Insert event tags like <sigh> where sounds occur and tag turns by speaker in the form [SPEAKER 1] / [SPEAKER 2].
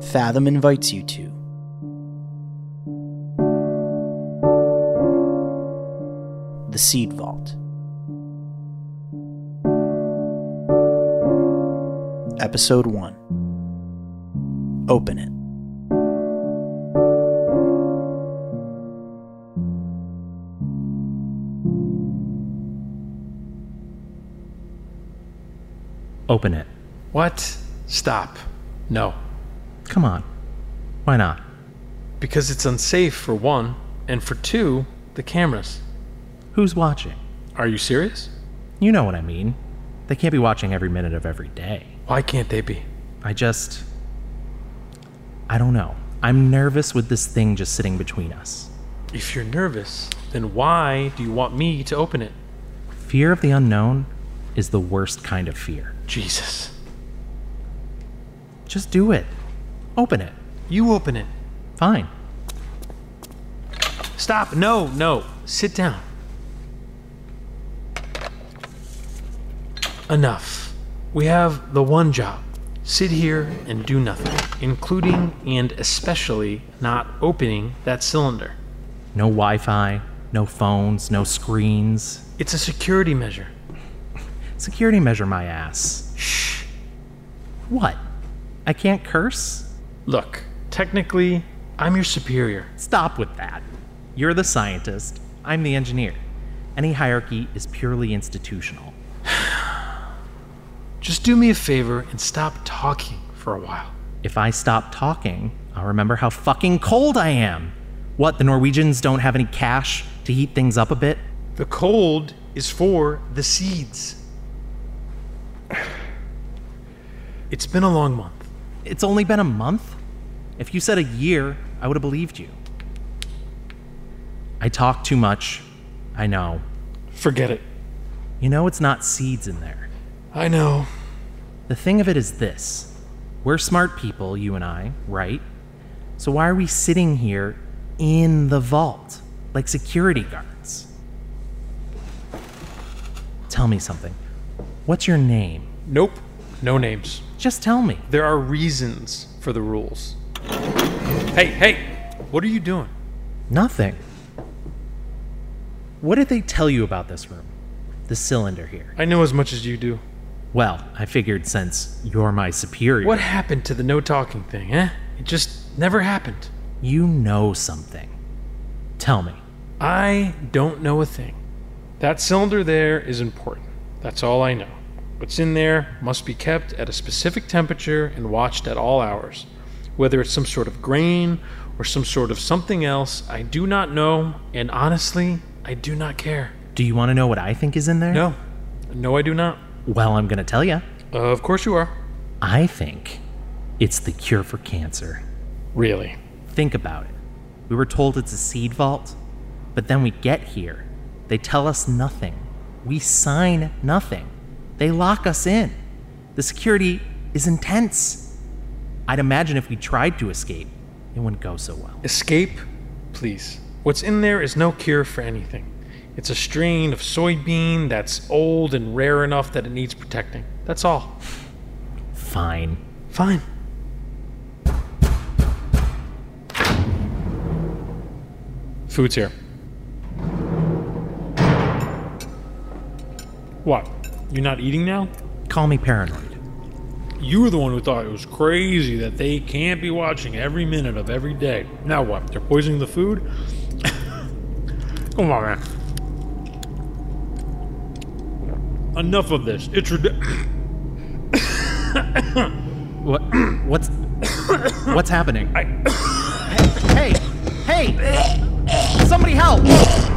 [SPEAKER 1] Fathom invites you to. The Seed Vault. Episode 1 Open It.
[SPEAKER 2] Open it.
[SPEAKER 3] What? Stop. No.
[SPEAKER 2] Come on. Why not?
[SPEAKER 3] Because it's unsafe, for one, and for two, the cameras.
[SPEAKER 2] Who's watching?
[SPEAKER 3] Are you serious?
[SPEAKER 2] You know what I mean. They can't be watching every minute of every day.
[SPEAKER 3] Why can't they be?
[SPEAKER 2] I just. I don't know. I'm nervous with this thing just sitting between us.
[SPEAKER 3] If you're nervous, then why do you want me to open it?
[SPEAKER 2] Fear of the unknown is the worst kind of fear.
[SPEAKER 3] Jesus.
[SPEAKER 2] Just do it. Open it.
[SPEAKER 3] You open it.
[SPEAKER 2] Fine.
[SPEAKER 3] Stop. No, no. Sit down. Enough. We have the one job sit here and do nothing, including and especially not opening that cylinder.
[SPEAKER 2] No Wi Fi, no phones, no screens.
[SPEAKER 3] It's a security measure.
[SPEAKER 2] Security measure my ass.
[SPEAKER 3] Shh.
[SPEAKER 2] What? I can't curse?
[SPEAKER 3] Look, technically, I'm your superior.
[SPEAKER 2] Stop with that. You're the scientist, I'm the engineer. Any hierarchy is purely institutional.
[SPEAKER 3] Just do me a favor and stop talking for a while.
[SPEAKER 2] If I stop talking, I'll remember how fucking cold I am. What, the Norwegians don't have any cash to heat things up a bit?
[SPEAKER 3] The cold is for the seeds. It's been a long month.
[SPEAKER 2] It's only been a month? If you said a year, I would have believed you. I talk too much. I know.
[SPEAKER 3] Forget it.
[SPEAKER 2] You know it's not seeds in there.
[SPEAKER 3] I know.
[SPEAKER 2] The thing of it is this we're smart people, you and I, right? So why are we sitting here in the vault like security guards? Tell me something. What's your name?
[SPEAKER 3] Nope. No names.
[SPEAKER 2] Just tell me.
[SPEAKER 3] There are reasons for the rules. Hey, hey! What are you doing?
[SPEAKER 2] Nothing. What did they tell you about this room? The cylinder here.
[SPEAKER 3] I know as much as you do.
[SPEAKER 2] Well, I figured since you're my superior,
[SPEAKER 3] What happened to the no talking thing, eh? It just never happened.
[SPEAKER 2] you know something. Tell me.
[SPEAKER 3] I don't know a thing. That cylinder there is important. That's all I know. What's in there must be kept at a specific temperature and watched at all hours. Whether it's some sort of grain or some sort of something else, I do not know, and honestly, I do not care.
[SPEAKER 2] Do you want to know what I think is in there?
[SPEAKER 3] No. No, I do not.
[SPEAKER 2] Well, I'm going to tell you.
[SPEAKER 3] Uh, of course you are.
[SPEAKER 2] I think it's the cure for cancer.
[SPEAKER 3] Really?
[SPEAKER 2] Think about it. We were told it's a seed vault, but then we get here. They tell us nothing. We sign nothing. They lock us in. The security is intense. I'd imagine if we tried to escape, it wouldn't go so well.
[SPEAKER 3] Escape, please. What's in there is no cure for anything. It's a strain of soybean that's old and rare enough that it needs protecting. That's all.
[SPEAKER 2] Fine.
[SPEAKER 3] Fine. Food's here. What? You're not eating now?
[SPEAKER 2] Call me paranoid.
[SPEAKER 3] You were the one who thought it was crazy that they can't be watching every minute of every day. Now what? They're poisoning the food? <laughs> Come on, man. Enough of this. It's ridiculous.
[SPEAKER 2] What? What's? What's happening? hey! Hey! Hey! Somebody help!